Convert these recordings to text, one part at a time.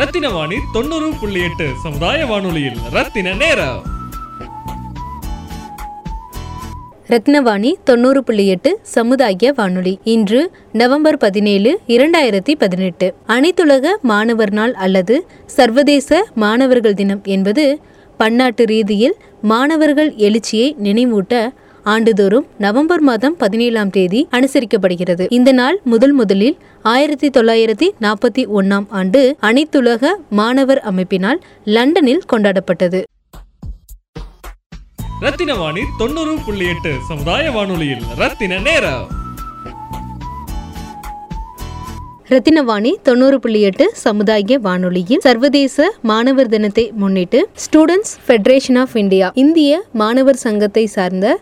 ரத்தின வாணி தொண்ணூறு புள்ளி எட்டு சமுதாய வானொலியில் ரத்தின நேரம் ரத்னவாணி தொண்ணூறு புள்ளி எட்டு சமுதாய வானொலி இன்று நவம்பர் பதினேழு இரண்டாயிரத்தி பதினெட்டு அனைத்துலக மாணவர் நாள் அல்லது சர்வதேச மாணவர்கள் தினம் என்பது பன்னாட்டு ரீதியில் மாணவர்கள் எழுச்சியை நினைவூட்ட ஆண்டுதோறும் நவம்பர் மாதம் பதினேழாம் தேதி அனுசரிக்கப்படுகிறது இந்த நாள் முதல் முதலில் ஆயிரத்தி தொள்ளாயிரத்தி நாற்பத்தி ஒன்னாம் ஆண்டு அனைத்துலக மாணவர் அமைப்பினால் லண்டனில் கொண்டாடப்பட்டது ரத்தின வாணி தொண்ணூறு புள்ளி எட்டு சமுதாய வானொலியில் ரத்தின நேரம் ரத்தினவாணி தொண்ணூறு புள்ளி எட்டு சமுதாய வானொலியில் சர்வதேச மாணவர் தினத்தை முன்னிட்டு ஸ்டூடெண்ட்ஸ் ஃபெடரேஷன் ஆஃப் இந்தியா இந்திய மாணவர் சங்கத்தை சார்ந்த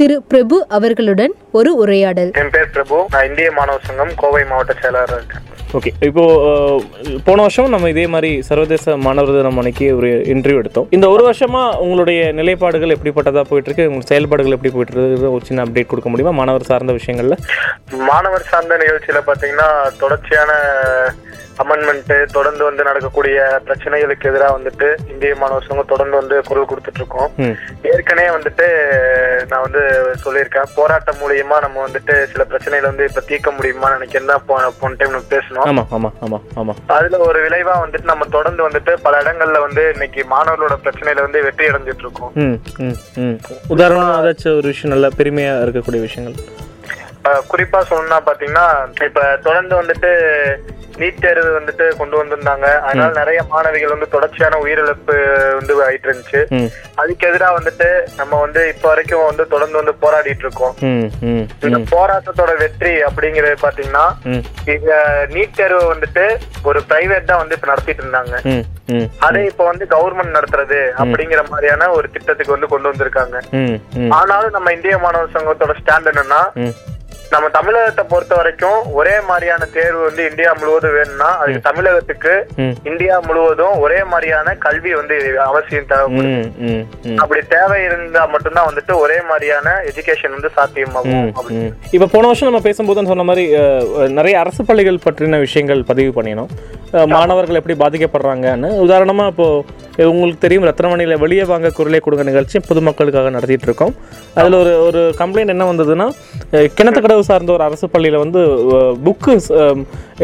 திரு பிரபு அவர்களுடன் ஒரு உரையாடல் என் பேர் பிரபு நான் இந்திய மாணவர் சங்கம் கோவை மாவட்ட செயலாளராக இருக்கேன் ஓகே இப்போ அஹ், போன வருஷம் நம்ம இதே மாதிரி சர்வதேச மாணவர் தினம் அன்னைக்கு ஒரு இன்டர்வியூ எடுத்தோம் இந்த ஒரு வருஷமா உங்களுடைய நிலைப்பாடுகள் எப்படிப்பட்டதா போயிட்டு இருக்கு உங்க செயல்பாடுகள் எப்படி போயிட்டு இருக்கு ஒரு சின்ன அப்டேட் கொடுக்க முடியுமா மாணவர் சார்ந்த விஷயங்கள்ல மாணவர் சார்ந்த நிகழ்ச்சியில பாத்தீங்கன்னா தொடர்ச்சியான அமெண்ட்மெண்ட் தொடர்ந்து வந்து நடக்கக்கூடிய பிரச்சனைகளுக்கு எதிராக வந்துட்டு இந்திய மாணவர் சங்கம் தொடர்ந்து வந்து குரல் கொடுத்துட்டு இருக்கோம் ம். ஏற்கனவே வந்துட்டு நான் வந்து சொல்லியிருக்கேன் போராட்டம் மூலியமா நம்ம வந்துட்டு சில பிரச்சனைகளை வந்து இப்ப தீர்க்க முடியுமா நினைக்கிறேன் தான் போன போன டைம் நம்ம பேசணும் ஆமா ஆமா ஆமா ஆமா அதுல ஒரு விளைவா வந்துட்டு நம்ம தொடர்ந்து வந்துட்டு பல இடங்கள்ல வந்து இன்னைக்கு மாணவர்களோட பிரச்சனையில வந்து வெற்றி அடைஞ்சிட்டு இருக்கோம் ம் ம் ம் உதாரணம் ஏதாச்சும் ஒரு விஷயம் நல்ல பெருமையா இருக்கக்கூடிய விஷயங்கள் அஹ் குறிப்பா சொல்லணும்னா பாத்தீங்கன்னா இப்ப தொடர்ந்து வந்துட்டு நீட் தேர்வு வந்துட்டு கொண்டு வந்திருந்தாங்க அதனால நிறைய மாணவிகள் வந்து தொடர்ச்சியான உயிரிழப்பு வந்து ஆயிட்டு இருந்துச்சு ம் அதுக்கு எதிராக வந்துட்டு நம்ம வந்து இப்ப வரைக்கும் வந்து தொடர்ந்து வந்து போராடிட்டு இருக்கோம் ம் ம் இந்த ம் போராட்டத்தோட வெற்றி அப்படிங்கறது பாத்தீங்கன்னா ம் இந்த நீட் தேர்வு வந்துட்டு ஒரு பிரைவேட் தான் வந்து இப்ப நடத்திட்டு இருந்தாங்க ம் ம் அதே இப்ப வந்து கவர்மெண்ட் நடத்துறது அப்படிங்கிற மாதிரியான ஒரு திட்டத்துக்கு வந்து கொண்டு வந்திருக்காங்க ம் ம் ஆனாலும் நம்ம இந்திய மாணவர் சங்கத்தோட ஸ்டாண்ட் என்னன்னா ம் நம்ம தமிழகத்தை பொறுத்த வரைக்கும் ஒரே மாதிரியான தேர்வு வந்து இந்தியா முழுவதும் வேணும்னா அதுக்கு தமிழகத்துக்கு ம். இந்தியா முழுவதும் ஒரே மாதிரியான கல்வி வந்து அவசியம் தேவை ம் ம் ம் அப்படி தேவை இருந்தா மட்டும்தான் வந்துட்டு ஒரே மாதிரியான எஜுகேஷன் வந்து சாத்தியமாகும் அப்படி ம். இப்போ போன வருஷம் நம்ம பேசும்போது சொன்ன மாதிரி அஹ், அஹ், நிறைய அரசு பள்ளிகள் பற்றின விஷயங்கள் பதிவு பண்ணினோம் அஹ், மாணவர்கள் எப்படி பாதிக்கப்படுறாங்கன்னு உதாரணமாக இப்போது உங்களுக்கு தெரியும் ரத்னமணியில் வெளியே வாங்க குரலை கொடுங்க நிகழ்ச்சி பொதுமக்களுக்காக நடத்திட்டு இருக்கோம் அதில் ஒரு ஒரு கம்ப்ளைண்ட் என்ன வந்ததுன்னா அஹ், கிணத்து கடவு சார்ந்த ஒரு அரசு பள்ளியில் வந்து புக்கு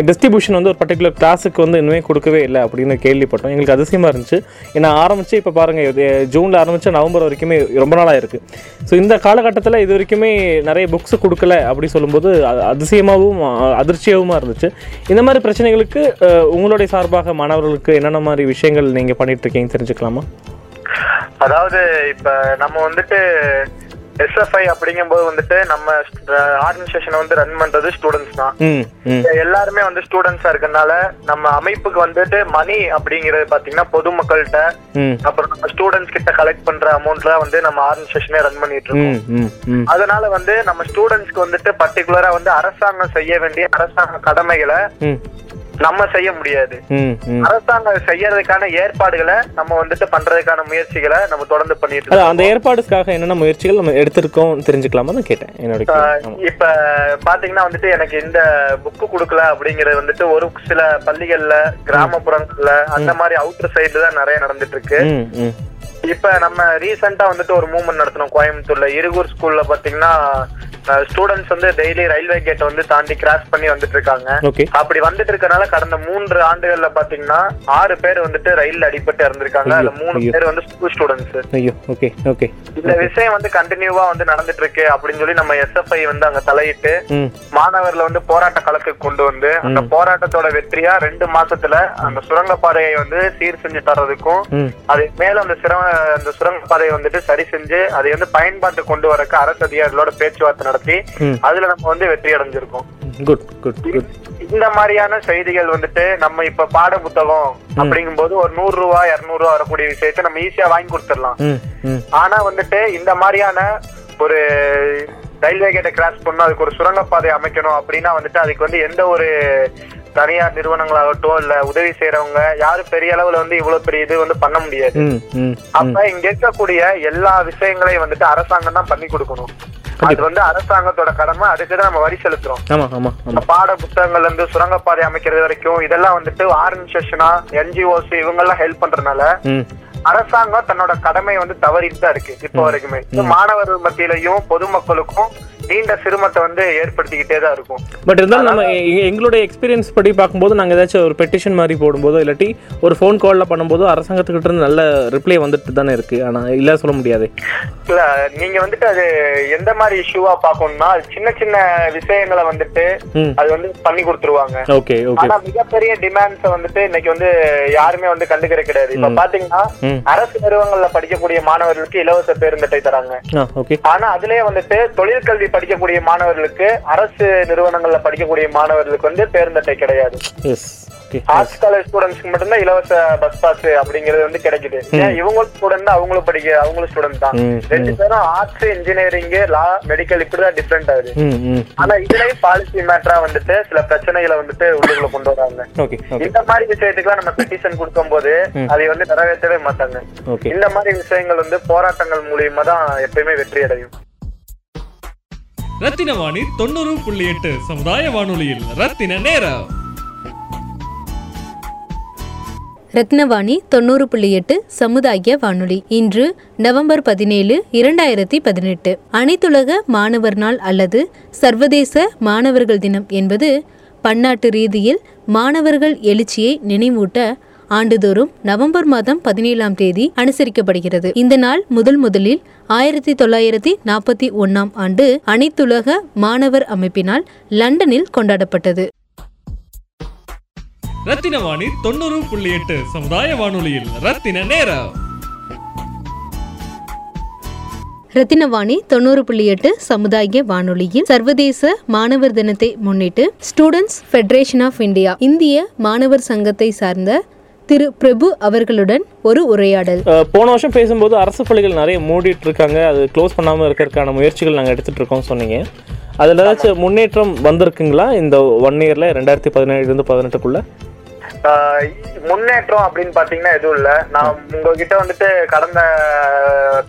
டிஸ்ட்ரிபியூஷன் வந்து ஒரு பர்டிகுலர் கிளாஸுக்கு வந்து இன்னுமே கொடுக்கவே இல்லை அப்படின்னு கேள்விப்பட்டோம் எங்களுக்கு அதிசயமாக இருந்துச்சு ஏன்னா ஆரம்பிச்சு இப்போ பாருங்கள் இது ஜூனில் ஆரம்பித்து நவம்பர் வரைக்குமே ரொம்ப நாளாக இருக்குது ஸோ இந்த காலகட்டத்தில் இது வரைக்குமே நிறைய புக்ஸ் கொடுக்கல அப்படி சொல்லும்போது அ- அதிசயமாகவும் அ- அதிர்ச்சியாகவும் இருந்துச்சு இந்த மாதிரி பிரச்சனைகளுக்கு அஹ், உங்களுடைய சார்பாக மாணவர்களுக்கு என்னென்ன மாதிரி விஷயங்கள் நீங்கள் பண்ணிட்டு இருக்கீங்க தெரிஞ்சுக்கலாமா அதாவது இப்ப நம்ம வந்துட்டு எஸ்எஃப்ஐ அப்படிங்கும்போது வந்துட்டு நம்ம ஆர்கனைசேஷனை வந்து ரன் பண்றது ஸ்டூடெண்ட்ஸ் தான் ம் ம் இப்ப எல்லாருமே வந்து ஸ்டூடெண்ட்ஸா இருக்கறனால நம்ம அமைப்புக்கு வந்துட்டு மணி அப்படிங்கறது பாத்தீங்கன்னா பொதுமக்கள்கிட்ட ம் அப்புறம் நம்ம ஸ்டூடெண்ட்ஸ் கிட்ட கலெக்ட் பண்ற அமௌண்ட்லாம் வந்து நம்ம ஆர்கனைசேஷனே ரன் பண்ணிட்டு இருக்கோம் ம் ம் ம் அதனால வந்து நம்ம ஸ்டூடெண்ட்ஸ்க்கு வந்துட்டு பர்டிகுலரா வந்து அரசாங்கம் செய்ய வேண்டிய அரசாங்க கடமைகளை ம் நம்ம செய்ய முடியாது ம் ம் அரசாங்கம் செய்யறதுக்கான ஏற்பாடுகளை நம்ம வந்துட்டு பண்றதுக்கான முயற்சிகளை நம்ம தொடர்ந்து பண்ணிட்டு அதான் இருக்கோம் அந்த ஏற்பாடுக்காக என்னென்ன முயற்சிகள் நம்ம எடுத்திருக்கோம் தெரிஞ்சுக்கலாமா தான் கேட்டேன் என்னுடைய ஆஹ் கேள்வி. ஆமா. இப்ப பாத்தீங்கன்னா வந்துட்டு எனக்கு இந்த புக்கு கொடுக்கல அப்படிங்கறது வந்துட்டு ஒரு சில பள்ளிகள்ல கிராமப்புறங்கள்ல அந்த மாதிரி அவுட்டர் சைடு தான் நிறைய நடந்துட்டு இருக்கு ம் ம் இப்ப நம்ம ரீசெண்டா வந்துட்டு ஒரு மூவ்மெண்ட் நடத்தினோம் கோயம்புத்தூர்ல இருகூர் ஸ்கூல்ல பாத்தீங்கன்னா ஸ்டூடெண்ட்ஸ் வந்து டெய்லி ரயில்வே கேட் வந்து தாண்டி கிராஸ் பண்ணி வந்துட்டு இருக்காங்க ஓகே அப்படி வந்துட்டு இருக்கனால கடந்த மூன்று ஆண்டுகள்ல பாத்தீங்கன்னா ஆறு பேர் வந்துட்டு ரயில்ல அடிபட்டு இறந்திருக்காங்க அதுல மூணு ஐயோ. பேர் வந்து ஸ்கூல் ஸ்டூடெண்ட்ஸ் ஐயோ ஓகே ஓகே இந்த விஷயம் வந்து கண்டினியூவா வந்து நடந்துட்டு இருக்கு அப்படின்னு சொல்லி நம்ம எஸ்எஃப்ஐ வந்து அங்க தலையிட்டு ம் மாணவர்ல வந்து போராட்ட களத்துக்கு கொண்டு வந்து அந்த போராட்டத்தோட வெற்றியா ரெண்டு மாசத்துல அந்த சுரங்கப்பாதையை வந்து சீர் செஞ்சு தர்றதுக்கும் ம் அது மேல அந்த சிரம அந்த சுரங்கப்பாதையை வந்துட்டு சரி செஞ்சு அதை வந்து பயன்பாட்டுக்கு கொண்டு வரக்கு அரசு அதிகாரிகளோட பேச்சுவார்த்தை நடத்தி ம் அதுல நம்ம வந்து வெற்றி அடைஞ்சிருக்கோம் குட் குட் குட் இந்த மாதிரியான செய்திகள் வந்துட்டு நம்ம இப்ப பாட புத்தகம் அப்படிங்கும் போது ஒரு நூறு ரூபா இருநூறு ரூபா வரக்கூடிய விஷயத்த நம்ம ஈஸியா வாங்கி கொடுத்துடலாம் ம் ம் ஆனா வந்துட்டு இந்த மாதிரியான ஒரு ரயில்வே கேட்டை கிராஸ் பண்ணணும் அதுக்கு ஒரு சுரங்கப்பாதை அமைக்கணும் அப்படின்னா வந்துட்டு அதுக்கு வந்து எந்த ஒரு தனியார் நிறுவனங்களாகட்டும் இல்ல உதவி செய்யறவங்க யாரும் பெரிய அளவுல வந்து இவ்வளவு பெரிய இது வந்து பண்ண முடியாது ம் ம் அப்ப இங்க இருக்கக்கூடிய எல்லா விஷயங்களையும் வந்துட்டு அரசாங்கம் தான் பண்ணி கொடுக்கணும் அது வந்து அரசாங்கத்தோட கடமை அதுக்குதான் நம்ம வரி செலுத்துறோம் ஆமா ஆமா ஆமா இந்த பாட புத்தகங்கள்ல இருந்து சுரங்கப்பாதை அமைக்கிறது வரைக்கும் இதெல்லாம் வந்துட்டு ஆர்கனைசேஷனா என்ஜிஓஸ் இவங்க எல்லாம் ஹெல்ப் பண்றதுனால ம் அரசாங்கம் தன்னோட கடமை வந்து தவறிட்டு தான் இருக்கு இப்ப வரைக்குமே இது மாணவர் மத்தியிலையும் பொதுமக்களுக்கும் நீண்ட சிரமத்தை வந்து ஏற்படுத்திக்கிட்டே தான் இருக்கும் பட் இருந்தாலும் நம்ம எ- எங்களுடைய எக்ஸ்பீரியன்ஸ் படி பார்க்கும்போது நாங்கள் ஏதாச்சும் ஒரு பெட்டிஷன் மாதிரி போடும்போதோ இல்லாட்டி ஒரு ஃபோன் காலில் பண்ணும்போதோ அரசாங்கத்துக்கிட்ட இருந்து நல்ல ரிப்ளை வந்துட்டு தானே இருக்கு ஆனால் இல்லை சொல்ல முடியாது இல்ல நீங்க வந்துட்டு அது எந்த மாதிரி இஷ்யூவா பாக்கணும்னா சின்ன சின்ன விஷயங்களை வந்துட்டு ம் அது வந்து பண்ணி கொடுத்துருவாங்க ஓகே ஓகே ஆனா மிகப்பெரிய டிமாண்ட்ஸ் வந்துட்டு இன்னைக்கு வந்து யாருமே வந்து கண்டுக்கிற கிடையாது இப்ப பாத்தீங்கன்னா ம். அரசு நிறுவனங்கள்ல படிக்கக்கூடிய மாணவர்களுக்கு இலவச பேருந்தட்டை தராங்க ஆ ஓகே ஆனா அதுலயே வந்துட்டு தொழிற்கல்வி படிக்கக்கூடிய மாணவர்களுக்கு அரசு நிறுவனங்கள்ல படிக்கக்கூடிய மாணவர்களுக்கு வந்து பேருந்தட்டை கிடையாது எஸ் ஓகே ஆர்ட்ஸ் காலேஜ் ஸ்டூடெண்ட்ஸ்க்கு மட்டும்தான் இலவச பஸ் பாஸ் அப்படிங்கிறது வந்து கிடைக்குது ஏன் இவங்களும் ஸ்டூடெண்ட் அவங்களும் படிக்க அவங்களும் ஸ்டூடெண்ட் தான் ம், ரெண்டு பேரும் ஆர்ட்ஸ் இன்ஜினியரிங் லா மெடிக்கல் இப்படிதான் டிஃப்ரெண்ட் ஆகுது ம் ம் ஆனா இதுலயும் பாலிசி மேட்டரா வந்துட்டு சில பிரச்சனைகளை வந்துட்டு உள்ளுக்குள்ள கொண்டு வராங்க ஓகே ஓகே இந்த மாதிரி விஷயத்துக்குலாம் நம்ம Hmm. பெட்டிஷன் கொடுக்கும்போது அதை வந்து நிறைவேற்றவே மாட்டாங்க ஓகே இந்த மாதிரி விஷயங்கள் வந்து போராட்டங்கள் மூலியமா தான் எப்பயுமே வெற்றி அடையும் ரத்தினவாணி தொண்ணூறு புள்ளி எட்டு சமுதாய வானொலியில் ரத்தின நேரம் ரத்னவாணி தொண்ணூறு புள்ளி எட்டு சமுதாய வானொலி இன்று நவம்பர் பதினேழு இரண்டாயிரத்தி பதினெட்டு அனைத்துலக மாணவர் நாள் அல்லது சர்வதேச மாணவர்கள் தினம் என்பது பன்னாட்டு ரீதியில் மாணவர்கள் எழுச்சியை நினைவூட்ட ஆண்டுதோறும் நவம்பர் மாதம் பதினேழாம் தேதி அனுசரிக்கப்படுகிறது இந்த நாள் முதல் முதலில் ஆயிரத்தி தொள்ளாயிரத்தி நாற்பத்தி ஒன்னாம் ஆண்டு அனைத்துலக மாணவர் அமைப்பினால் லண்டனில் கொண்டாடப்பட்டது ரத்தினவாணி தொண்ணூறு புள்ளி எட்டு சமுதாய வானொலியில் ரத்தின நேரம் ரத்தினவாணி தொண்ணூறு புள்ளி எட்டு சமுதாய வானொலியில் சர்வதேச மாணவர் தினத்தை முன்னிட்டு ஸ்டூடெண்ட்ஸ் ஃபெடரேஷன் ஆஃப் இந்தியா இந்திய மாணவர் சங்கத்தை சார்ந்த திரு பிரபு அவர்களுடன் ஒரு உரையாடல் அஹ், போன வருஷம் பேசும்போது அரசு பள்ளிகள் நிறைய மூடிட்டு இருக்காங்க அது க்ளோஸ் பண்ணாமல் இருக்கிறதுக்கான முயற்சிகள் நாங்கள் எடுத்துட்டு இருக்கோம் சொன்னீங்க அதில் ஏதாச்சும் முன்னேற்றம் வந்திருக்குங்களா இந்த ஒன் இயரில் ரெண்டாயிரத்தி பதினேழுலேருந்து பதினெட்டுக்குள்ளே ஆஹ் முன்னேற்றம் அப்படின்னு பாத்தீங்கன்னா எதுவும் இல்ல நான் Hmm. உங்ககிட்ட வந்துட்டு கடந்த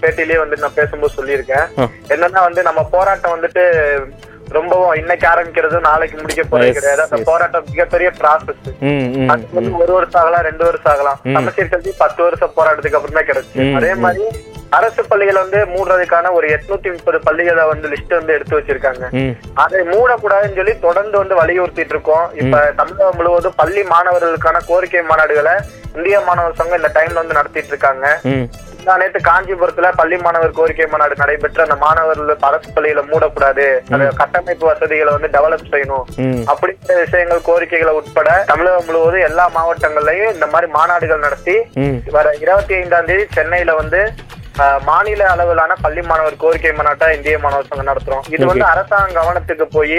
பேட்டிலேயே வந்து நான் பேசும்போது சொல்லியிருக்கேன் ஆ. என்னன்னா வந்து நம்ம போராட்டம் வந்துட்டு ரொம்பவும் இன்னைக்கு ஆரம்பிக்கிறது நாளைக்கு முடிக்க போறது Yes, கிடையாது அந்த yes. போராட்டம் மிகப்பெரிய ப்ராசஸ் ம் ம் அது வந்து ஒரு வருஷம் ஆகலாம் ரெண்டு வருஷம் ஆகலாம் சமச்சீர் கல்வி பத்து வருஷம் போராட்டத்துக்கு அப்புறம் தான் கிடைச்சு ம், அதே மாதிரி அரசு பள்ளிகள் வந்து மூடுறதுக்கான ஒரு எட்நூத்தி முப்பது பள்ளிகளை வந்து லிஸ்ட் வந்து எடுத்து வச்சிருக்காங்க ம் அதை மூடக்கூடாதுன்னு சொல்லி தொடர்ந்து வந்து வலியுறுத்திட்டு இருக்கோம் இப்ப தமிழகம் முழுவதும் பள்ளி மாணவர்களுக்கான கோரிக்கை மாநாடுகளை இந்திய மாணவர் சங்கம் இந்த டைம்ல வந்து நடத்திட்டு இருக்காங்க ம் நான் நேத்து காஞ்சிபுரத்துல பள்ளி மாணவர் கோரிக்கை மாநாடு நடைபெற்று அந்த மாணவர்கள் அரசு பள்ளிகளை மூடக்கூடாது அந்த கட்டமைப்பு வசதிகளை வந்து டெவலப் செய்யணும் ம் அப்படிங்கிற விஷயங்கள் கோரிக்கைகளை உட்பட தமிழகம் முழுவதும் எல்லா மாவட்டங்கள்லயும் இந்த மாதிரி மாநாடுகள் நடத்தி ம் வர இருபத்தி ஐந்தாம் தேதி சென்னையில வந்து அஹ், மாநில அளவிலான பள்ளி மாணவர் கோரிக்கை மாநாட்டை இந்திய மாணவர் சங்கம் நடத்துறோம் இது வந்து அரசாங்க கவனத்துக்கு போய்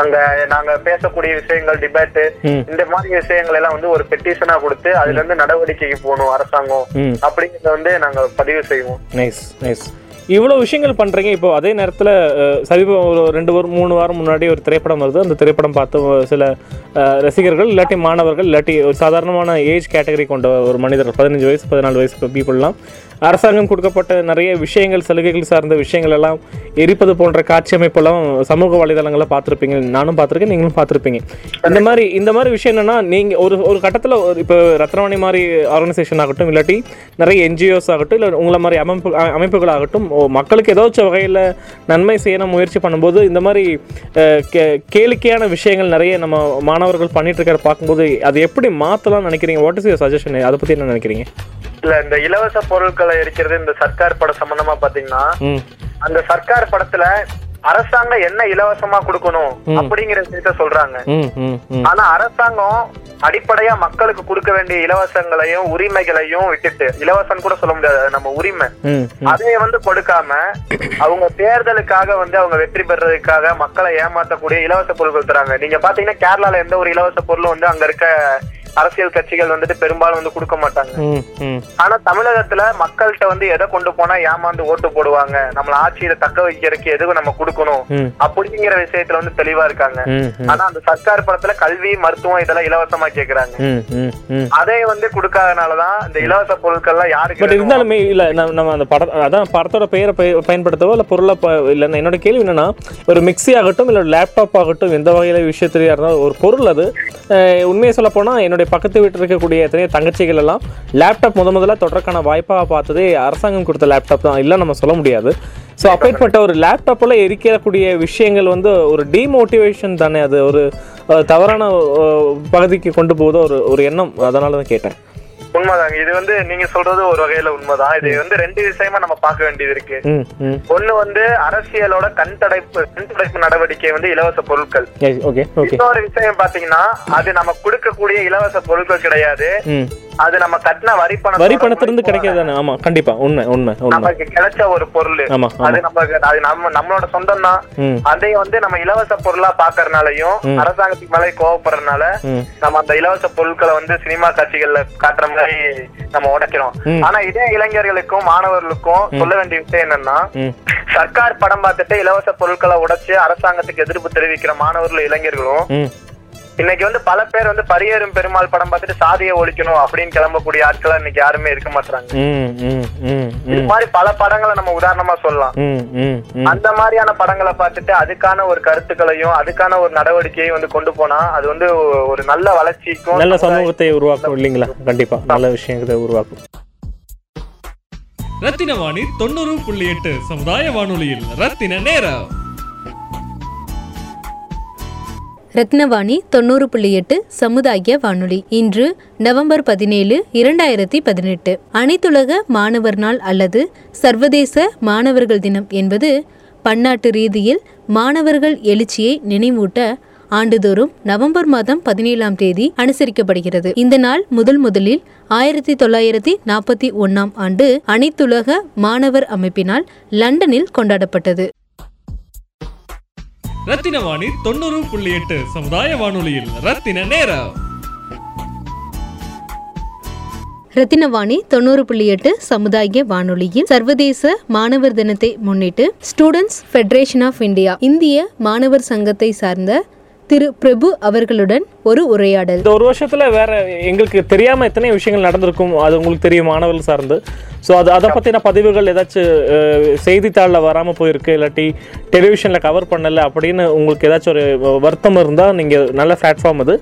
அங்க நாங்க பேசக்கூடிய விஷயங்கள் டிபேட் ம். இந்த மாதிரி விஷயங்கள் எல்லாம் வந்து ஒரு பெட்டிஷனா கொடுத்து அதுல இருந்து நடவடிக்கைக்கு போகணும் அரசாங்கம் ம் அப்படிங்கறத வந்து நாங்க பதிவு செய்வோம் நைஸ் நைஸ் இவ்வளோ விஷயங்கள் பண்ணுறீங்க இப்போ அதே நேரத்தில் சமீபம் ஒரு ரெண்டு வாரம் மூணு வாரம் முன்னாடி ஒரு திரைப்படம் வருது அந்த திரைப்படம் பார்த்து ஒரு சில அஹ், ரசிகர்கள் இல்லாட்டி மாணவர்கள் இல்லாட்டி ஒரு சாதாரணமான ஏஜ் கேட்டகரி கொண்ட ஒரு மனிதர் பதினஞ்சு வயசு பதினாலு வயசு பீப்புளெலாம் அரசாங்கம் கொடுக்கப்பட்ட நிறைய விஷயங்கள் சலுகைகள் சார்ந்த விஷயங்கள் எல்லாம் எரிப்பது போன்ற காட்சி அமைப்பெல்லாம் சமூக வலைதளங்களை பார்த்துருப்பீங்க நானும் பார்த்துருக்கேன் நீங்களும் பார்த்துருப்பீங்க இந்த மாதிரி இந்த மாதிரி விஷயம் என்னன்னா நீங்கள் ஒரு ஒரு கட்டத்தில் இப்போ ரத்னவாணி மாதிரி ஆர்கனைசேஷன் ஆகட்டும் இல்லாட்டி நிறைய என்ஜிஓஸ் ஆகட்டும் இல்லை உங்களை மாதிரி அமைப்பு அ- அமைப்புகள் ஆகட்டும் ஓ, மக்களுக்கு ஏதாச்சும் வகையில் நன்மை செய்யணும் முயற்சி பண்ணும்போது இந்த மாதிரி அஹ், கே- கேளிக்கையான விஷயங்கள் நிறைய நம்ம மாணவர்கள் பண்ணிட்டு இருக்கிற பார்க்கும்போது அது எப்படி மாற்றலாம்னு நினைக்கிறீங்க வாட் இஸ் யூர் சஜஷன் அதை பற்றி என்ன நினைக்கிறீங்க இல்ல இந்த இலவச பொருட்களை எரிக்கிறது இந்த சர்க்கார் படம் சம்பந்தமா பாத்தீங்கன்னா ம் அந்த சர்க்கார் படத்துல அரசாங்கம் என்ன இலவசமா கொடுக்கணும் அப்படிங்கிற விஷயத்த சொல்றாங்க ம் ம் ம் ஆனா அரசாங்கம் அடிப்படையா மக்களுக்கு கொடுக்க வேண்டிய இலவசங்களையும் உரிமைகளையும் விட்டுட்டு இலவசம் கூட சொல்ல முடியாது அது நம்ம உரிமை ம் அதைய வந்து கொடுக்காம அவங்க தேர்தலுக்காக வந்து அவங்க வெற்றி பெறதுக்காக மக்களை ஏமாத்தக்கூடிய இலவச பொருட்கள் தராங்க நீங்க பாத்தீங்கன்னா கேரளால எந்த ஒரு இலவச பொருளும் வந்து அங்க இருக்க அரசியல் கட்சிகள் வந்துட்டு பெரும்பாலும் வந்து கொடுக்க மாட்டாங்க ம் ம் ஆனா தமிழகத்துல மக்கள்கிட்ட வந்து எதை கொண்டு போனா ஏமாந்து ஓட்டு போடுவாங்க நம்மள ஆட்சியில தக்க வைக்கிறதுக்கு எதுவும் நம்ம கொடுக்கணும் ம் அப்படிங்கிற விஷயத்துல வந்து தெளிவா இருக்காங்க ம் ம் ஆனா அந்த சர்க்கார் படத்துல கல்வி மருத்துவம் இதெல்லாம் இலவசமா கேக்குறாங்க ம் ம் ம் அதே வந்து கொடுக்காதனாலதான் இந்த இலவச பொருட்கள்லாம் யாருக்கு பட் வேணுமோ- இருந்தாலுமே இல்ல நம்ம நம்ம அந்த பட அதான் படத்தோட பெயரை பய- பயன்படுத்தவோ இல்ல பொருளை ப- இல்ல நான் என்னோட கேள்வி என்னன்னா ஒரு மிக்ஸி ஆகட்டும் இல்ல லேப்டாப் ஆகட்டும் எந்த வகையில விஷயத்திலேயா இருந்தாலும் ஒரு பொருள் அது அஹ், உண்மையை சொல்ல போனா என்னுடைய பக்கத்து வீட்டில் இருக்கக்கூடிய எத்தனையோ தங்கச்சிகள் எல்லாம் லேப்டாப் முத முதல்ல தொடர்க்கான வாய்ப்பா பார்த்ததே அரசாங்கம் கொடுத்த லேப்டாப் தான் இல்ல நம்ம சொல்ல முடியாது ஸோ அப்பேற்பட்ட ஒரு லேப்டாப்பில் எரிக்கக்கூடிய விஷயங்கள் வந்து ஒரு டிமோட்டிவேஷன் தானே அது ஒரு அஹ், தவறான அஹ், பகுதிக்கு கொண்டு போகுதோ ஒரு ஒரு எண்ணம் அதனால தான் கேட்டேன் உண்மைதாங்க இது வந்து நீங்க சொல்றது ஒரு வகையில உண்மைதான் இது வந்து ரெண்டு விஷயமா நம்ம பார்க்க வேண்டியது இருக்கு ம் ம் ஒண்ணு வந்து அரசியலோட கண் தடைப்பு கண் தடைப்பு நடவடிக்கை வந்து இலவச பொருட்கள் ஓகே ஓகே இன்னொரு விஷயம் பாத்தீங்கன்னா அது நம்ம கொடுக்கக்கூடிய இலவச பொருட்கள் கிடையாது ம் அது நம்ம கட்டின வரி பணம் வரி பணத்திலிருந்து கிடைக்கிறது தானே ஆமா கண்டிப்பா உண்மை உண்மை உண்மை நமக்கு கிடைச்ச ஒரு பொருள் ஆமா அது ஆமா நமக்கு அது நம்ம நம்மளோட சொந்தம் தான் ம் அதை வந்து நம்ம இலவச பொருளா பாக்குறதுனாலயும் ம். அரசாங்கத்துக்கு மேல கோவப்படுறதுனால ம் நம்ம அந்த இலவச பொருட்களை வந்து சினிமா காட்சிகள்ல காட்டுற மாதிரி நம்ம உடைக்கிறோம் ம். ஆனா இதே இளைஞர்களுக்கும் மாணவர்களுக்கும் சொல்ல வேண்டிய விஷயம் என்னன்னா ம் சர்க்கார் படம் பார்த்துட்டு இலவச பொருட்களை உடைச்சு அரசாங்கத்துக்கு எதிர்ப்பு தெரிவிக்கிற மாணவர்கள் இளைஞர்களும் ம் இன்னைக்கு வந்து பல பேர் வந்து பரியேறும் பெருமாள் படம் பார்த்துட்டு சாதியை ஒழிக்கணும் அப்படின்னு கிளம்பக்கூடிய ஆட்களா இன்னைக்கு யாருமே இருக்க மாட்டாங்க ம் ம் ம் இது ம் மாதிரி பல படங்களை நம்ம உதாரணமா சொல்லலாம் ம் ம் ம் அந்த மாதிரியான படங்களை பார்த்துட்டு அதுக்கான ஒரு கருத்துக்களையும் அதுக்கான ஒரு நடவடிக்கையும் வந்து கொண்டு போனா அது வந்து ஒரு நல்ல வளர்ச்சிக்கும் நல்ல சமூகத்தை உருவாக்கும் இல்லைங்களா கண்டிப்பா நல்ல விஷயங்களை உருவாக்கும் ரத்தினவாணி தொண்ணூறு புள்ளி எட்டு சமுதாய வானொலியில் ரத்தின நேரம் ரத்னவாணி தொண்ணூறு புள்ளி எட்டு சமுதாய வானொலி இன்று நவம்பர் பதினேழு இரண்டாயிரத்தி பதினெட்டு அனைத்துலக மாணவர் நாள் அல்லது சர்வதேச மாணவர்கள் தினம் என்பது பன்னாட்டு ரீதியில் மாணவர்கள் எழுச்சியை நினைவூட்ட ஆண்டுதோறும் நவம்பர் மாதம் பதினேழாம் தேதி அனுசரிக்கப்படுகிறது இந்த நாள் முதல் முதலில் ஆயிரத்தி தொள்ளாயிரத்தி நாற்பத்தி ஒன்னாம் ஆண்டு அனைத்துலக மாணவர் அமைப்பினால் லண்டனில் கொண்டாடப்பட்டது ரத்தினவாணி தொண்ணூறு புள்ளி எட்டு சமுதாய வானொலியில் ரத்தின நேரம் ரத்தினவாணி தொண்ணூறு புள்ளி எட்டு சமுதாய வானொலியில் சர்வதேச மாணவர் தினத்தை முன்னிட்டு ஸ்டூடெண்ட்ஸ் ஃபெடரேஷன் ஆஃப் இந்தியா இந்திய மாணவர் சங்கத்தை சார்ந்த திரு பிரபு அவர்களுடன் ஒரு உரையாடல் இந்த ஒரு வருஷத்துல வேற எங்களுக்கு தெரியாம எத்தனை விஷயங்கள் நடந்திருக்கும் அது உங்களுக்கு தெரியும் மாணவர்கள் சார்ந்து ஸோ அது அதை பத்தின பதிவுகள் ஏதாச்சும் அஹ், செய்தித்தாள்ல வராம போயிருக்கு இல்லாட்டி டெலிவிஷன்ல கவர் பண்ணல அப்படின்னு உங்களுக்கு ஏதாச்சும் ஒரு வ- வருத்தம் இருந்தா நீங்க நல்ல பிளாட்ஃபார்ம் அது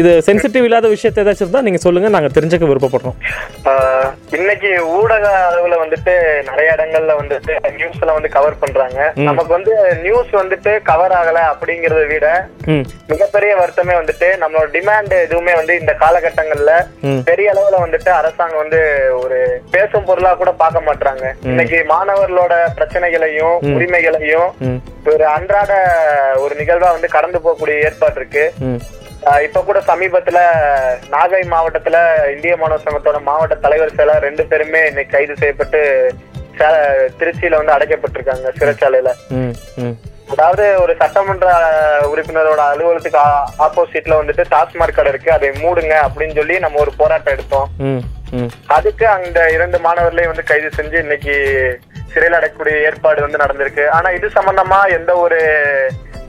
இது சென்சிட்டிவ் இல்லாத விஷயத்த ஏதாச்சும் இருந்தா நீங்க சொல்லுங்க நாங்க தெரிஞ்சுக்க விருப்பப்படுறோம் ஆஹ், இன்னைக்கு ஊடக அளவுல வந்துட்டு நிறைய இடங்கள்ல வந்துட்டு நியூஸ் எல்லாம் வந்து கவர் பண்றாங்க நமக்கு வந்து நியூஸ் வந்துட்டு கவர் ஆகல அப்படிங்கறத விட ம் மிகப்பெரிய வருத்தமே வந்துட்டு நம்மளோட டிமாண்ட் எதுவுமே வந்து இந்த காலகட்டங்கள்ல ம். பெரிய அளவுல வந்துட்டு அரசாங்கம் வந்து ஒரு பேசும் பொருளா கூட பார்க்க மாட்டாங்க இன்னைக்கு மாணவர்களோட பிரச்சனைகளையும் உரிமைகளையும் ம் ஒரு அன்றாட ஒரு நிகழ்வா வந்து கடந்து போகக்கூடிய ஏற்பாடு இருக்கு ம் ஆஹ் இப்ப கூட சமீபத்துல நாகை மாவட்டத்துல இந்திய மாணவர் சங்கத்தோட மாவட்ட தலைவர் சில ரெண்டு பேருமே இன்னைக்கு கைது செய்யப்பட்டு சே- திருச்சியில வந்து அடைக்கப்பட்டிருக்காங்க சிறைச்சாலையில ம் ம் அதாவது ஒரு சட்டமன்ற உறுப்பினரோட அலுவலகத்துக்கு ஆப்போசிட்ல வந்துட்டு டாஸ்மாக் கடை இருக்கு அதை மூடுங்க அப்படின்னு சொல்லி நம்ம ஒரு போராட்டம் எடுத்தோம் ம் ம் அதுக்கு அந்த இரண்டு மாணவர்களையும் வந்து கைது செஞ்சு இன்னைக்கு சிறையில் அடைக்கக்கூடிய ஏற்பாடு வந்து நடந்திருக்கு ஆனா இது சம்பந்தமா எந்த ஒரு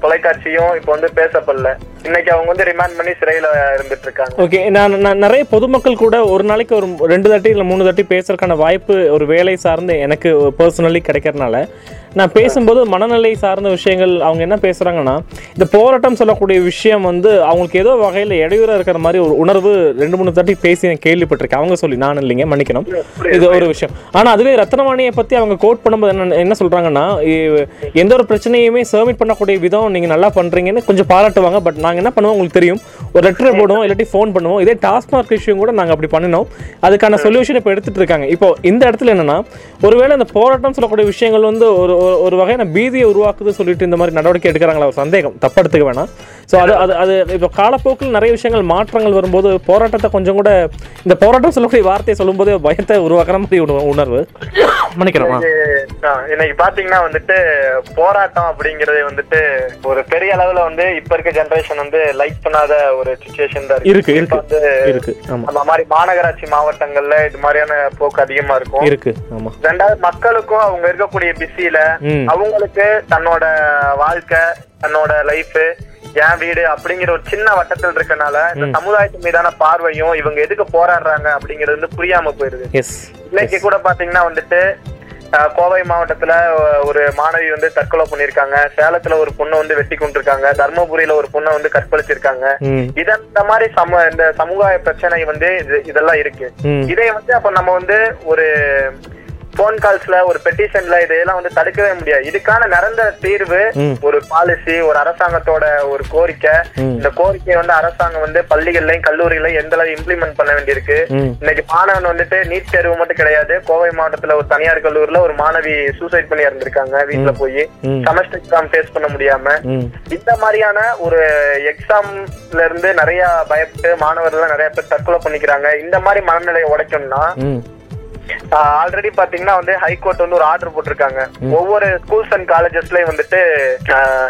தொலைக்காட்சியும் இப்போ வந்து பேசப்படல இன்னைக்கு அவங்க வந்து ரிமாண்ட் பண்ணி சிறையில இருந்துட்டு இருக்காங்க ஓகே நான் நான் நிறைய பொதுமக்கள் கூட ஒரு நாளைக்கு ஒரு ரெண்டு தட்டி இல்லை மூணு தட்டி பேசுறதுக்கான வாய்ப்பு ஒரு வேலை சார்ந்து எனக்கு பர்சனலி கிடைக்கிறனால நான் பேசும்போது மனநிலை சார்ந்த விஷயங்கள் அவங்க என்ன பேசுகிறாங்கன்னா இந்த போராட்டம் சொல்லக்கூடிய விஷயம் வந்து அவங்களுக்கு ஏதோ வகையில் இடையூறாக இருக்கிற மாதிரி ஒரு உணர்வு ரெண்டு மூணு தட்டி பேசி நான் கேள்விப்பட்டிருக்கேன் அவங்க சொல்லி நான் இல்லைங்க மன்னிக்கணும் இது ஒரு விஷயம் ஆனா அதுவே ரத்னவாணியை பத்தி அவங்க கோட் பண்ணும்போது என்ன என்ன சொல்றாங்கன்னா இ- எந்த ஒரு பிரச்சனையுமே சர்மிட் பண்ணக்கூடிய விதம் நீங்க நல்லா பண்றீங்கன்னு கொஞ்சம் பாராட்டுவாங்க பட் நாங்க என்ன பண்ணுவோம் உங்களுக்கு தெரியும் ஒரு லெட்டர் போடுவோம் இல்லாட்டி ஃபோன் பண்ணுவோம் இதே டாஸ்மார்க் இஷ்யூ கூட நாங்க அப்படி பண்ணினோம் அதுக்கான சொல்யூஷன் இப்போ எடுத்துட்டு இருக்காங்க இப்போ இந்த இடத்துல என்னன்னா ஒருவேளை இந்த போராட்டம் சொல்லக்கூடிய விஷயங்கள் வந்து ஒரு ஒரு- ஒரு வகையான பீதியை உருவாக்குது சொல்லிட்டு இந்த மாதிரி நடவடிக்கை எடுக்கிறாங்களா ஒரு சந்தேகம் தப்படுத்துக்க வேணாம் ஸோ அது அது அது இப்போ காலப்போக்கில் நிறைய விஷயங்கள் மாற்றங்கள் வரும்போது போராட்டத்தை கொஞ்சம் கூட இந்த போராட்டம் சொல்லக்கூடிய வார்த்தையை சொல்லும்போதே பயத்தை உருவாக்குற மாதிரி ஒரு உணர்வு மன்னிக்கிறோம் ஆ. ஆ, இன்னைக்கு பாத்தீங்கன்னா வந்துட்டு போராட்டம் அப்படிங்கறது வந்துட்டு ஒரு பெரிய அளவுல வந்து இப்ப இருக்க ஜெனரேஷன் வந்து லைக் பண்ணாத ஒரு சுச்சுவேஷன் தான் இருக்கு இருக்கு இப்ப வந்து இருக்கு ஆமா அந்த மாதிரி மாநகராட்சி மாவட்டங்கள்ல இது மாதிரியான போக்கு அதிகமா இருக்கும் இருக்கு ஆமா ரெண்டாவது மக்களுக்கும் அவங்க இருக்கக்கூடிய பிஸியில ம். அவங்களுக்கு தன்னோட வாழ்க்கை தன்னோட லைஃப் என் வீடு அப்படிங்கிற ஒரு சின்ன வட்டத்தில் இருக்கனால இந்த சமுதாயத்து மீதான பார்வையும் இவங்க எதுக்கு போராடுறாங்க அப்படிங்கிறது வந்து புரியாம போயிருது எஸ் இன்னைக்கு கூட பாத்தீங்கன்னா வந்துட்டு அஹ், கோவை மாவட்டத்துல அஹ், ஒரு மாணவி வந்து தற்கொலை பண்ணிருக்காங்க சேலத்துல ஒரு பொண்ணை வந்து வெட்டி கொண்டிருக்காங்க தர்மபுரியில ஒரு பொண்ணை வந்து கற்பழிச்சிருக்காங்க ம் இதன் இந்த மாதிரி சம இந்த சமூக பிரச்சனை வந்து இது- இதெல்லாம் இருக்கு ம் இதை வந்து அப்ப நம்ம வந்து ஒரு போன் கால்ஸ்ல ஒரு பெட்டிஷன்ல இதையெல்லாம் வந்து தடுக்கவே முடியாது இதுக்கான நிரந்தர தீர்வு ம். ஒரு பாலிசி ஒரு அரசாங்கத்தோட ஒரு கோரிக்கை ம். இந்த கோரிக்கையை வந்து அரசாங்கம் வந்து பள்ளிகள்லயும் கல்லூரிகளையும் எந்த அளவு இம்ப்ளிமெண்ட் பண்ண வேண்டியிருக்கு ம் இன்னைக்கு மாணவன் வந்துட்டு நீட் தேர்வு மட்டும் கிடையாது கோவை மாவட்டத்துல ஒரு தனியார் கல்லூரில ஒரு மாணவி சூசைட் பண்ணி இறந்திருக்காங்க வீட்டுல போய் ம். செமஸ்டர் எக்ஸாம் ஃபேஸ் பண்ண முடியாம ம் இந்த மாதிரியான ஒரு எக்ஸாம்ல இருந்து நிறைய பயப்பட்டு மாணவர்கள் நிறைய பேர் தற்கொலை பண்ணிக்கிறாங்க இந்த மாதிரி மனநிலையை உடைக்கணும்னா ம் ஆல்ரெடி பாத்தீங்கன்னா வந்து ஹைகோர்ட் வந்து ஒரு ஆர்டர் போட்டிருக்காங்க ஒவ்வொரு ஸ்கூல்ஸ் அண்ட் காலேஜஸ்லயும் வந்துட்டு ஆஹ்,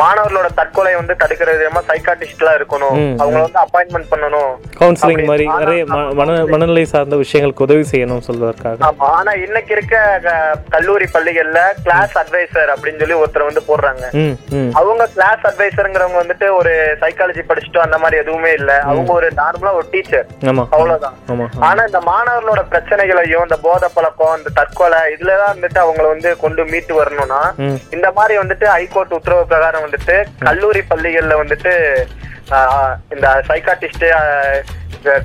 மாணவர்களோட தற்கொலை வந்து தடுக்கிற விதமா சைக்காட்டிஸ்ட்லாம் இருக்கணும் ம், அவங்கள வந்து அப்பாயின்மெண்ட் பண்ணணும் கவுன்சிலிங் மாதிரி அப்படி- நிறைய ம- மன மனநிலை சார்ந்த விஷயங்களுக்கு உதவி செய்யணும் சொல்வதற்காக ஆமா ஆனா இன்னைக்கு இருக்க அஹ், கல்லூரி பள்ளிகள்ல கிளாஸ் அட்வைசர் அப்படின்னு சொல்லி ஒருத்தர் வந்து போடுறாங்க ம் ம் அவங்க கிளாஸ் அட்வைசர்ங்கிறவங்க வந்துட்டு ஒரு சைக்காலஜி படிச்சுட்டோ அந்த மாதிரி எதுவுமே இல்ல அவங்க ஒரு நார்மலா ஒரு டீச்சர் ஆமா அவ்வளவுதான் ஆமா ஆனா இந்த மாணவர்களோட பிரச்சனைகளையும் இந்த போதை பழக்கம் இந்த தற்கொலை இதுலதான் வந்துட்டு அவங்கள வந்து கொண்டு மீட்டு வரணும்னா ம் இந்த மாதிரி வந்துட்டு ஹைகோர்ட் உத்தரவு பிரகாரம் வந்துட்டு கல்லூரி பள்ளிகள்ல வந்துட்டு ஆஹ், இந்த சைக்காட்டிஸ்ட்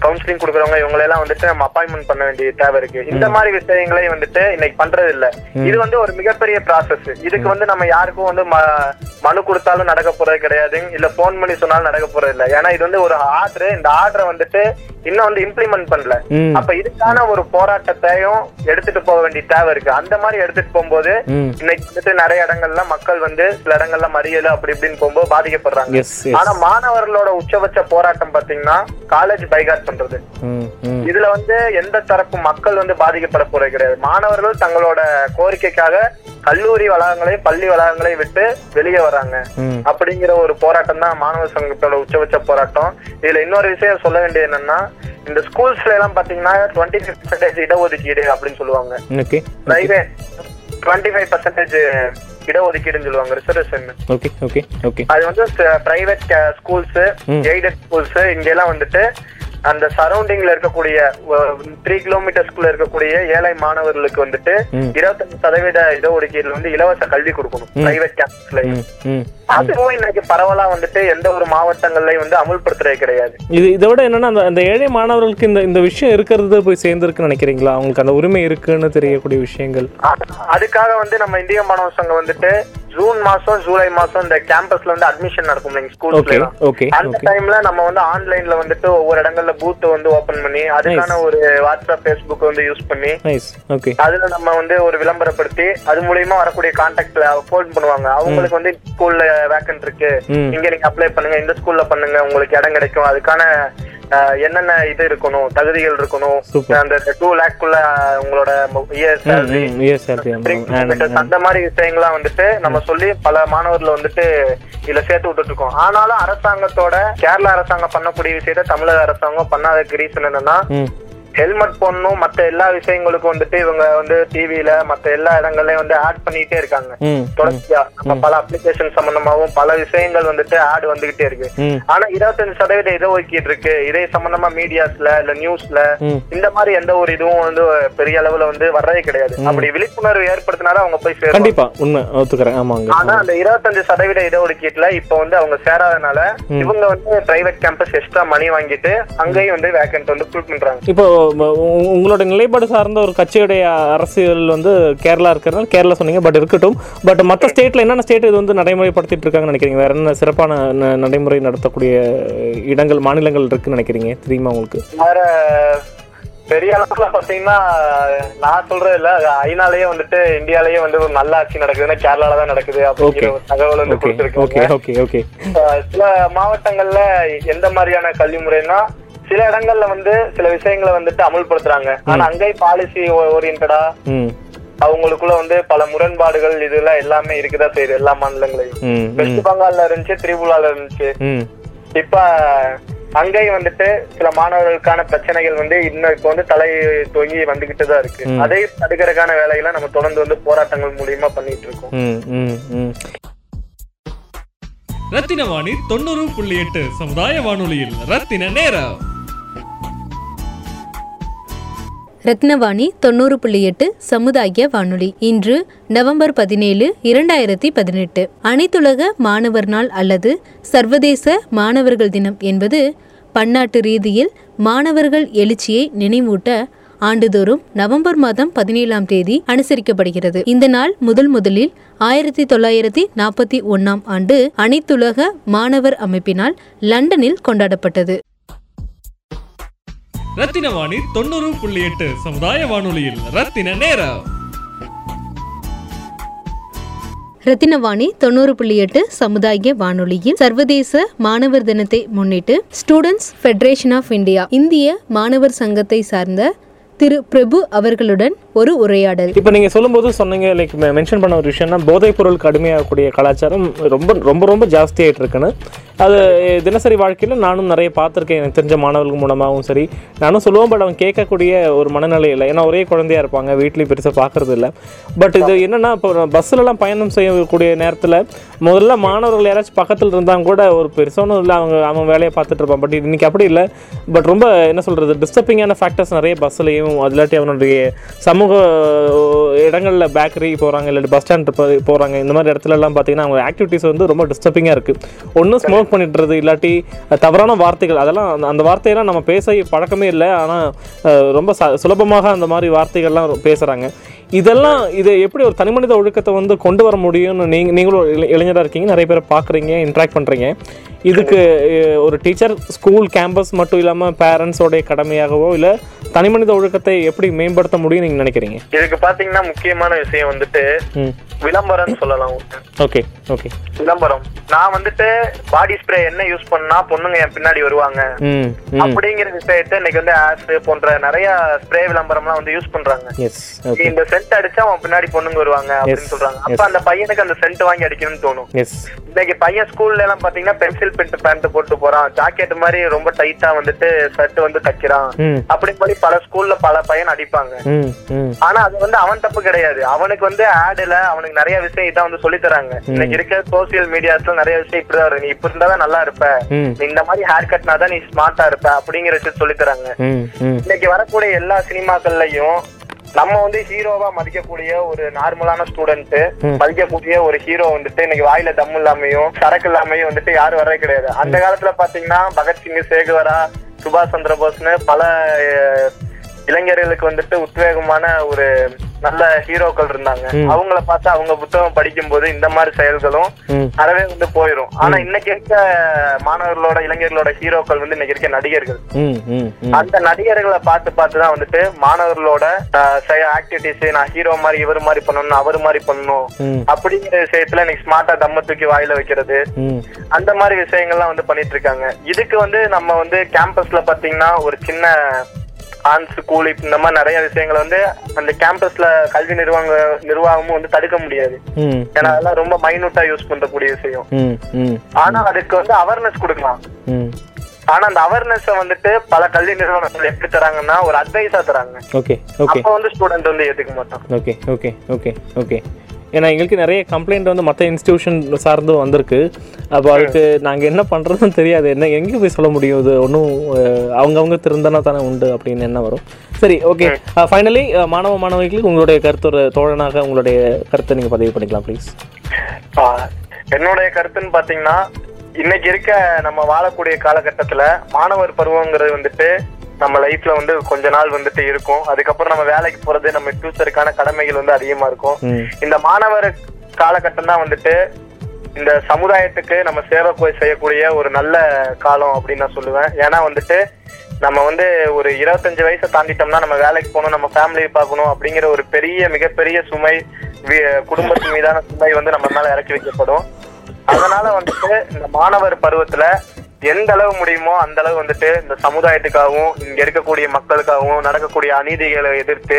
கவுன்சிலிங் கொடுக்குறவங்க இவங்களை எல்லாம் வந்துட்டு நம்ம அப்பாயின்மெண்ட் பண்ண வேண்டிய தேவை இருக்கு இந்த மாதிரி விஷயங்களையும் வந்துட்டு இன்னைக்கு பண்றது இல்ல இது வந்து ஒரு மிகப்பெரிய ப்ராசஸ் இதுக்கு வந்து நம்ம யாருக்கும் வந்து ம- மனு கொடுத்தாலும் நடக்க போறது கிடையாது இல்ல போன் பண்ணி சொன்னாலும் நடக்க போறது இல்ல ஏன்னா இது வந்து ஒரு ஆர்டர் இந்த ஆர்டரை வந்துட்டு இன்னும் வந்து இம்ப்ளிமெண்ட் பண்ணல ம் அப்ப இதுக்கான ஒரு போராட்டத்தையும் எடுத்துட்டு போக வேண்டிய தேவை இருக்கு அந்த மாதிரி எடுத்துட்டு போகும்போது ம் இன்னைக்கு வந்துட்டு நிறைய இடங்கள்ல மக்கள் வந்து சில இடங்கள்ல மறியல் அப்படி இப்படின்னு போகும்போது பாதிக்கப்படுறாங்க எஸ் எஸ் ஆனா மாணவர்களோட உச்சபட்ச போராட்டம் பாத்தீங்கன்னா காலேஜ் பைகாட் பண்றது ம் ம் இதுல வந்து எந்த தரப்பு மக்கள் வந்து பாதிக்கப்பட போறது கிடையாது மாணவர்கள் தங்களோட கோரிக்கைக்காக கல்லூரி வளாகங்களையும் பள்ளி வளாகங்களையும் விட்டு வெளியே வராங்க ம் அப்படிங்கிற ஒரு போராட்டம் தான் மாணவர் சங்கத்தோட உச்சபட்ச போராட்டம் இதுல இன்னொரு விஷயம் சொல்ல வேண்டியது என்னன்னா இந்த ஸ்கூல்ஸ்ல எல்லாம் பாத்தீங்கன்னா டுவெண்ட்டி சிக்ஸ் பர்சன்டேஜ் இடஒதுக்கீடு அப்படின்னு சொல்லுவாங்க okay private twenty five percentage இடஒதுக்கீடுன்னு சொல்லுவாங்க ரிசர்வேஷன் ஓகே ஓகே ஓகே அது வந்து பிரைவேட் ஸ்கூல்ஸ் ம். எய்டட் ஸ்கூல்ஸ் இங்கெல்லாம் வந்துட்டு அந்த சரௌண்டிங்ல இருக்கக்கூடிய த்ரீ கிலோமீட்டர்ஸ்குள்ள இருக்கக்கூடிய ஏழை மாணவர்களுக்கு வந்துட்டு ம். இருபத்தஞ்சு சதவீத இடஒதுக்கீடுல வந்து இலவச கல்வி கொடுக்கணும் பிரைவேட் கேம்பஸ்ல ம் ம் அதுவும் இன்னைக்கு பரவலா வந்துட்டு எந்த ஒரு மாவட்டங்கள்லயும் வந்து அமுல்படுத்துறது கிடையாது இது இதை விட என்னன்னா அந்த அந்த ஏழை மாணவர்களுக்கு இந்த இந்த விஷயம் இருக்கிறது போய் சேர்ந்துருக்குன்னு நினைக்கிறீங்களா அவங்களுக்கு அந்த உரிமை இருக்குன்னு தெரியக்கூடிய விஷயங்கள் அ- அதுக்காக வந்து நம்ம இந்திய மாணவர் சங்கம் வந்துட்டு ஜூன் மாசம் ஜூலை மாசம் இந்த கேம்பஸ்ல வந்து அட்மிஷன் நடக்கும் நீங்க ஓகே ஸ்கூல்ஸ்ல ஓகே அந்த ஓகே டைம்ல நம்ம வந்து ஆன்லைன்ல வந்துட்டு ஒவ்வொரு இடங்கள்ல பூத் வந்து ஓபன் பண்ணி அதுக்கான ஒரு வாட்ஸ்அப் ஃபேஸ்புக் வந்து யூஸ் பண்ணி நைஸ் ஓகே அதுல நம்ம வந்து ஒரு விளம்பரப்படுத்தி அது மூலியமா வரக்கூடிய கான்டாக்ட்ல ஃபோன் பண்ணுவாங்க அவங்களுக்கு வந்து ஸ்கூல்ல வேக்கன்ட் இருக்கு ம் இங்க நீங்க அப்ளை பண்ணுங்க இந்த ஸ்கூல்ல பண்ணுங்க உங்களுக்கு இடம் கிடைக்கும் அதுக்கான அஹ், என்னென்ன இது இருக்கணும் தகுதிகள் இருக்கணும் Super. அந்த டூ லேக்குள்ள உங்களோட இயர் ம் ம் எஸ் ஆர் Methods அந்த மாதிரி விஷயங்கள்லாம் வந்துட்டு நம்ம சொல்லி பல மாணவர்களை வந்துட்டு இதுல சேர்த்து விட்டுட்டு இருக்கோம் ஆனாலும் அரசாங்கத்தோட கேரளா அரசாங்கம் பண்ணக்கூடிய விஷயத்த தமிழக அரசாங்கம் பண்ணாததுக்கு ரீசன் என்னன்னா ம் ஹெல்மெட் போடணும் மத்த எல்லா விஷயங்களுக்கும் வந்துட்டு இவங்க வந்து டிவில மத்த எல்லா இடங்கள்லயும் வந்து ஆட் பண்ணிட்டே இருக்காங்க ம் தொடர்ச்சியா நம்ம பல அப்ளிகேஷன் சம்பந்தமாவும் பல விஷயங்கள் வந்துட்டு ஆட் வந்துகிட்டே இருக்கு ம் ஆனா இருபத்தஞ்சு சதவீதம் இதை ஒதுக்கிட்டு இருக்கு இதே சம்பந்தமா மீடியாஸ்ல இல்ல நியூஸ்ல ம் இந்த மாதிரி எந்த ஒரு இதுவும் வந்து பெரிய அளவுல வந்து வர்றதே கிடையாது அப்படி விழிப்புணர்வு ஏற்படுத்தினால அவங்க போய் சேரும் கண்டிப்பா உண்மை ஒத்துக்கிறேன் ஆமாங்க ஆனா அந்த இருபத்தஞ்சு சதவீத இடஒதுக்கீட்டுல இப்ப வந்து அவங்க சேராதனால இவங்க வந்து பிரைவேட் கேம்பஸ் எக்ஸ்ட்ரா மணி வாங்கிட்டு அங்கேயும் வந்து வேக்கன்ட் வந்து ஃபுல் பண்றாங்க இப்போ ம- உ- உங்களோட நிலைப்பாடு சார்ந்த ஒரு கட்சியுடைய அரசியல் வந்து கேரளா இருக்கிறதுனால கேரளா சொன்னீங்க பட் இருக்கட்டும் பட் மற்ற ஸ்டேட்ல என்னென்ன ஸ்டேட் இது வந்து நடைமுறைப்படுத்திட்டு இருக்காங்கன்னு நினைக்கிறீங்க வேற என்ன சிறப்பான ந- நடைமுறை நடத்தக்கூடிய இடங்கள் மாநிலங்கள் இருக்குன்னு நினைக்கிறீங்க தெரியுமா உங்களுக்கு வேற பெரிய அளவுல பாத்தீங்கன்னா நான் சொல்றது இல்ல அது ஐநாலயே வந்துட்டு இந்தியாலயே வந்து ஒரு நல்ல ஆட்சி நடக்குதுன்னா கேரளால தான் நடக்குது அப்படிங்கிற ஒரு தகவல் வந்து ஓகே கொடுத்துருக்காங்க ஓகே ஓகே ஓகே அஹ் சில மாவட்டங்கள்ல எந்த மாதிரியான கல்வி முறைன்னா சில இடங்கள்ல வந்து சில விஷயங்களை வந்துட்டு அமல்படுத்துறாங்க ஆனா அங்கேயும் பாலிசி ஓரியன்டா ம் அவங்களுக்குள்ள வந்து பல முரண்பாடுகள் இதெல்லாம் எல்லாமே இருக்குதா செய்யுது எல்லா மாநிலங்களையும் ம் ம் வெஸ்ட் பெங்கால்ல இருந்துச்சு திரிபுரால இருந்துச்சு ம் இப்ப அங்கேயும் வந்துட்டு சில மாணவர்களுக்கான பிரச்சனைகள் வந்து இன்னும் இப்ப வந்து தலை தொங்கி வந்துகிட்டு தான் இருக்கு அதை தடுக்கிறதுக்கான வேலைகளை நம்ம தொடர்ந்து வந்து போராட்டங்கள் மூலியமா பண்ணிட்டு இருக்கோம் ம் ம் ம் ரத்தினவாணி தொண்ணூறு புள்ளி எட்டு சமுதாய வானொலியில் ரத்தின நேரம் ரத்னவாணி தொண்ணூறு புள்ளி எட்டு சமுதாய வானொலி இன்று நவம்பர் பதினேழு இரண்டாயிரத்தி பதினெட்டு அனைத்துலக மாணவர் நாள் அல்லது சர்வதேச மாணவர்கள் தினம் என்பது பன்னாட்டு ரீதியில் மாணவர்கள் எழுச்சியை நினைவூட்ட ஆண்டுதோறும் நவம்பர் மாதம் பதினேழாம் தேதி அனுசரிக்கப்படுகிறது இந்த நாள் முதல் முதலில் ஆயிரத்தி தொள்ளாயிரத்தி நாற்பத்தி ஒன்னாம் ஆண்டு அனைத்துலக மாணவர் அமைப்பினால் லண்டனில் கொண்டாடப்பட்டது ரத்தினவாணி தொண்ணூறு புள்ளி எட்டு சமுதாய வானொலியில் ரத்தின நேரம் ரத்தினவாணி தொண்ணூறு புள்ளி எட்டு சமுதாய வானொலியில் சர்வதேச மாணவர் தினத்தை முன்னிட்டு ஸ்டூடெண்ட்ஸ் ஃபெடரேஷன் ஆஃப் இந்தியா இந்திய மாணவர் சங்கத்தை சார்ந்த திரு பிரபு அவர்களுடன் ஒரு உரையாடல் இப்போ நீங்கள் சொல்லும்போது சொன்னீங்க லைக் மென்ஷன் பண்ண ஒரு விஷயம்னா போதைப் பொருள் கடுமையாகக்கூடிய கலாச்சாரம் ரொம்ப ரொம்ப ரொம்ப ஜாஸ்தியாயிட்டு இருக்குன்னு அது அஹ், தினசரி வாழ்க்கையில் நானும் நிறைய பார்த்துருக்கேன் எனக்கு தெரிஞ்ச மாணவர்கள் மூலமாகவும் சரி நானும் சொல்லுவோம் பட் அவன் கேட்கக்கூடிய ஒரு மனநிலை இல்லை ஏன்னா ஒரே குழந்தையா இருப்பாங்க வீட்லேயும் பெருசாக பார்க்கறது இல்லை பட் இது என்னன்னா இப்போ பஸ்ஸிலலாம் பயணம் செய்யக்கூடிய நேரத்தில் முதல்ல மாணவர்கள் யாராச்சும் பக்கத்தில் இருந்தாங்க கூட ஒரு பெருசானும் இல்லை அவங்க அவன் வேலையை பார்த்துட்டு இருப்பான் பட் இன்னைக்கு அப்படி இல்லை பட் ரொம்ப என்ன சொல்கிறது டிஸ்டர்பிங்கான ஃபேக்டர்ஸ் நிறைய பஸ்லையும் அது இல்லாட்டி அவனுடைய சமூக அஹ், இடங்கள்ல பேக்கரி போகிறாங்க இல்லாட்டி பஸ் ஸ்டாண்ட் போகிறாங்க இந்த மாதிரி இடத்துல எல்லாம் பார்த்தீங்கன்னா அவங்க ஆக்டிவிட்டீஸ் வந்து ரொம்ப டிஸ்டர்பிங்காக இருக்குது ஒன்றும் ஸ்மோக் பண்ணிட்டுறது இல்லாட்டி அஹ், தவறான வார்த்தைகள் அதெல்லாம் அந்த- அந்த வார்த்தையெல்லாம் நம்ம பேச பழக்கமே இல்லை ஆனால் ரொம்ப ச சுலபமாக அந்த மாதிரி வார்த்தைகள்லாம் பேசுகிறாங்க இதெல்லாம் இது எப்படி ஒரு தனிமனித ஒழுக்கத்தை வந்து கொண்டு வர முடியும்னு நீங்க நீங்களும் இளை- இளைஞரா இருக்கீங்க நிறைய பேரை பார்க்குறீங்க இன்ட்ராக்ட் பண்ணுறீங்க இதுக்கு அஹ், ஒரு டீச்சர் ஸ்கூல் கேம்பஸ் மட்டும் இல்லாமல் பேரண்ட்ஸோடைய கடமையாகவோ இல்லை தனிமனித ஒழுக்கத்தை எப்படி மேம்படுத்த முடியும் நீங்கள் நினைக்கிறீங்க இதுக்கு பாத்தீங்கன்னா முக்கியமான விஷயம் வந்துட்டு ம் விளம்பரம்னு சொல்லலாம் ஒண்ணு. ஓகே ஓகே விளம்பரம் நான் வந்துட்டு பாடி ஸ்ப்ரே என்ன யூஸ் பண்ணா பொண்ணுங்க என் பின்னாடி வருவாங்க ம் ம் அப்படிங்கிற விஷயத்த இன்னைக்கு வந்து ஆஸ் போன்ற நிறைய ஸ்ப்ரே விளம்பரம்லாம் வந்து யூஸ் பண்றாங்க எஸ் ஓகே இந்த சென்ட் அடிச்சா அவன் பின்னாடி பொண்ணுங்க வருவாங்க Yes. அப்படின்னு சொல்றாங்க அப்ப அந்த பையனுக்கு அந்த சென்ட் வாங்கி அடிக்கணும்னு தோணும் எஸ் இன்னைக்கு பையன் ஸ்கூல்ல எல்லாம் பாத்தீங்கன்னா பென்சில் பிரிண்ட் பேண்ட் போட்டு போறான் ஜாக்கெட் மாதிரி ரொம்ப டைட்டா வந்துட்டு ஷர்ட் வந்து தைக்கிறான் ம் அப்படி மாதிரி பல ஸ்கூல்ல பல பையன் அடிப்பாங்க ம் ம் ஆனா அது வந்து அவன் தப்பு கிடையாது அவனுக்கு வந்து ஆடுல அவனுக்கு நிறைய விஷயம் இதான் வந்து சொல்லி தராங்க இன்னைக்கு இருக்க சோசியல் மீடியாஸ்ல நிறைய விஷயம் இப்படிதான் இருக்கு நீ இப்படி இருந்தாதான் நல்லா இருப்ப ம் நீ இந்த மாதிரி ஹேர் கட்னா தான் நீ ஸ்மார்ட்டா இருப்ப அப்படிங்கிற விஷயம் சொல்லி தராங்க ம் ம் இன்னைக்கு வரக்கூடிய எல்லா சினிமாக்கள்லயும் நம்ம வந்து ஹீரோவா மதிக்கக்கூடிய ஒரு நார்மலான ஸ்டூடெண்ட் மதிக்கக்கூடிய ஒரு ஹீரோ வந்துட்டு இன்னைக்கு வாயில தம் இல்லாமையும் சரக்கு இல்லாமையும் வந்துட்டு யாரும் வரவே கிடையாது அந்த காலத்துல பாத்தீங்கன்னா பகத்சிங் சேகுவரா சுபாஷ் சந்திர போஸ்னு பல அஹ், இளைஞர்களுக்கு வந்துட்டு உத்வேகமான ஒரு நல்ல ஹீரோக்கள் இருந்தாங்க அவங்கள பார்த்து அவங்க புத்தகம் படிக்கும்போது இந்த மாதிரி செயல்களும் ம் அறவே வந்து போயிடும் ஆனா இன்னைக்கு இருக்க மாணவர்களோட இளைஞர்களோட ஹீரோக்கள் வந்து இன்னைக்கு இருக்க நடிகர்கள் ம் ம் ம் அந்த நடிகர்களை பார்த்து பார்த்து தான் வந்துட்டு மாணவர்களோட ஆக்டிவிட்டிஸ் நான் ஹீரோ மாதிரி இவர் மாதிரி பண்ணணும் அவர் மாதிரி பண்ணணும் ம் அப்படிங்கிற விஷயத்துல எனக்கு ஸ்மார்ட்டா தம்ம தூக்கி வாயில வைக்கிறது ம் அந்த மாதிரி விஷயங்கள்லாம் வந்து பண்ணிட்டு இருக்காங்க இதுக்கு வந்து நம்ம வந்து கேம்பஸ்ல பாத்தீங்கன்னா ஒரு சின்ன ஆன்ஸ் கூலி இந்த மாதிரி நிறைய விஷயங்களை வந்து அந்த கேம்பஸ்ல கல்வி நிர்வாக நிர்வாகமும் வந்து தடுக்க முடியாது ம் ஏன்னா அதெல்லாம் ரொம்ப மைனூட்டா யூஸ் பண்றக்கூடிய விஷயம் ம் ம் ஆனா அதுக்கு வந்து அவேர்னஸ் கொடுக்கலாம் ம் ஆனா அந்த அவேர்னஸ் வந்துட்டு பல கல்வி நிறுவனங்கள் எப்படி தராங்கன்னா ஒரு அட்வைஸா தராங்க ஓகே ஓகே அப்ப வந்து ஸ்டூடெண்ட் வந்து ஏத்துக்க மாட்டான் ஓகே ஓகே ஓகே ஓகே ஏன்னா எங்களுக்கு நிறைய கம்ப்ளைண்ட் வந்து மற்ற இன்ஸ்டியூஷன் சார்ந்து வந்திருக்கு அப்போ அதுக்கு நாங்கள் என்ன பண்ணுறதுன்னு தெரியாது என்ன எங்கே போய் சொல்ல முடியும் இது ஒன்றும் அவங்கவுங்க திருந்தனா தானே உண்டு அப்படின்னு என்ன வரும் சரி ஓகே ஃபைனலி மாணவ மாணவிகளுக்கு உங்களுடைய கருத்து ஒரு தோழனாக உங்களுடைய கருத்தை நீங்கள் பதிவு பண்ணிக்கலாம் ப்ளீஸ் ஆஹ் என்னுடைய கருத்துன்னு பாத்தீங்கன்னா இன்னைக்கு இருக்க நம்ம வாழக்கூடிய காலகட்டத்துல மாணவர் பருவங்கிறது வந்துட்டு நம்ம லைஃப்ல வந்து கொஞ்ச நாள் வந்துட்டு இருக்கும் அதுக்கப்புறம் நம்ம வேலைக்கு போறது நம்ம ஃபியூச்சருக்கான கடமைகள் வந்து அதிகமா இருக்கும் ம் இந்த மாணவர் காலகட்டம் தான் வந்துட்டு இந்த சமுதாயத்துக்கு நம்ம சேவை போய் செய்யக்கூடிய ஒரு நல்ல காலம் அப்படின்னு நான் சொல்லுவேன் ஏன்னா வந்துட்டு நம்ம வந்து ஒரு இருபத்தஞ்சு வயசை தாண்டிட்டோம்னா நம்ம வேலைக்கு போகணும் நம்ம ஃபேமிலியை பார்க்கணும் அப்படிங்கிற ஒரு பெரிய மிகப்பெரிய சுமை வி- குடும்பத்தின் மீதான சுமை வந்து நம்ம மேல இறக்கி வைக்கப்படும் அதனால வந்துட்டு இந்த மாணவர் பருவத்துல எந்த அளவு முடியுமோ அந்த அளவு வந்துட்டு இந்த சமுதாயத்துக்காகவும் இங்க இருக்கக்கூடிய மக்களுக்காகவும் நடக்கக்கூடிய அநீதிகளை எதிர்த்து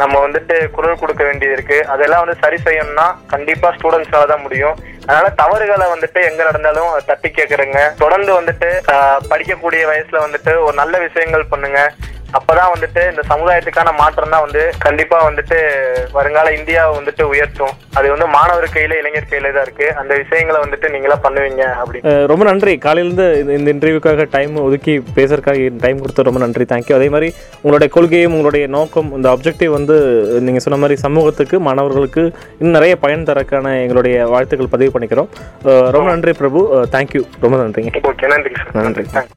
நம்ம வந்துட்டு குரல் கொடுக்க வேண்டியது இருக்கு அதெல்லாம் வந்து சரி செய்யணும்னா கண்டிப்பா ஸ்டூடெண்ட்ஸால தான் முடியும் அதனால தவறுகளை வந்துட்டு எங்க நடந்தாலும் அதை தட்டி கேக்குறேங்க தொடர்ந்து வந்துட்டு ஆஹ், படிக்கக்கூடிய வயசுல வந்துட்டு ஒரு நல்ல விஷயங்கள் பண்ணுங்க அப்பதான் வந்துட்டு இந்த சமுதாயத்துக்கான மாற்றம் தான் வந்து கண்டிப்பா வந்துட்டு வருங்கால இந்தியாவை வந்துட்டு உயர்த்தும் அது வந்து மாணவர் கையில இளைஞர் கையில தான் இருக்கு அந்த விஷயங்களை வந்துட்டு நீங்களா பண்ணுவீங்க அப்படின்னு அஹ் ரொம்ப நன்றி காலையிலேருந்து இந்த- இந்த இன்டர்வியூக்காக டைம் ஒதுக்கி பேசுறதுக்காக டைம் கொடுத்து ரொம்ப நன்றி தேங்க்யூ அதே மாதிரி உங்களுடைய கொள்கையும் உங்களுடைய நோக்கம் இந்த அப்ஜெக்டிவ் வந்து நீங்கள் சொன்ன மாதிரி சமூகத்துக்கு மாணவர்களுக்கு இன்னும் நிறைய பயன் தரக்கான எங்களுடைய வாழ்த்துக்கள் பதிவு பண்ணிக்கிறோம் அஹ் ரொம்ப நன்றி பிரபு தேங்க்யூ ரொம்ப நன்றிங்க ஓகே நன்றி சார் நன்றி. தேங்க்ஸ்.